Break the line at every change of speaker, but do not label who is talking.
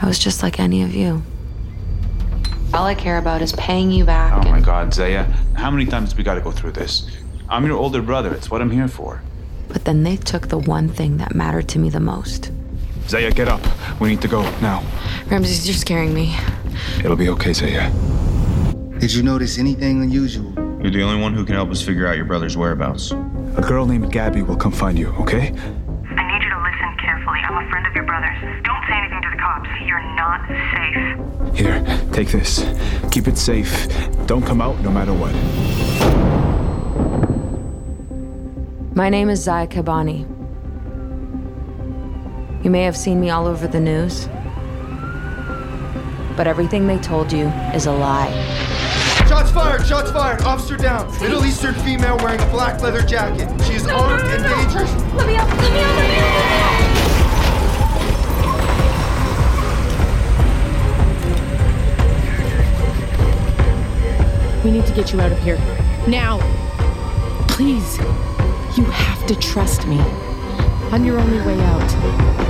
I was just like any of you. All I care about is paying you back.
Oh my
and-
God, Zaya, how many times we gotta go through this? I'm your older brother. It's what I'm here for.
But then they took the one thing that mattered to me the most.
Zaya, get up. We need to go now.
Ramses, you're scaring me.
It'll be okay, Zaya.
Did you notice anything unusual?
You're the only one who can help us figure out your brother's whereabouts.
A girl named Gabby will come find you, okay?
I need you to listen carefully. I'm a friend of your brother's. Don't say anything to the cops. You're not safe.
Here, take this. Keep it safe. Don't come out no matter what.
My name is Zaya Kabani. You may have seen me all over the news, but everything they told you is a lie.
Shots fired! Shots fired! Officer down! Middle Eastern female wearing a black leather jacket. She is armed and dangerous.
Let me out! Let me out! Let me out!
We need to get you out of here. Now! Please! You have to trust me. I'm your only way out.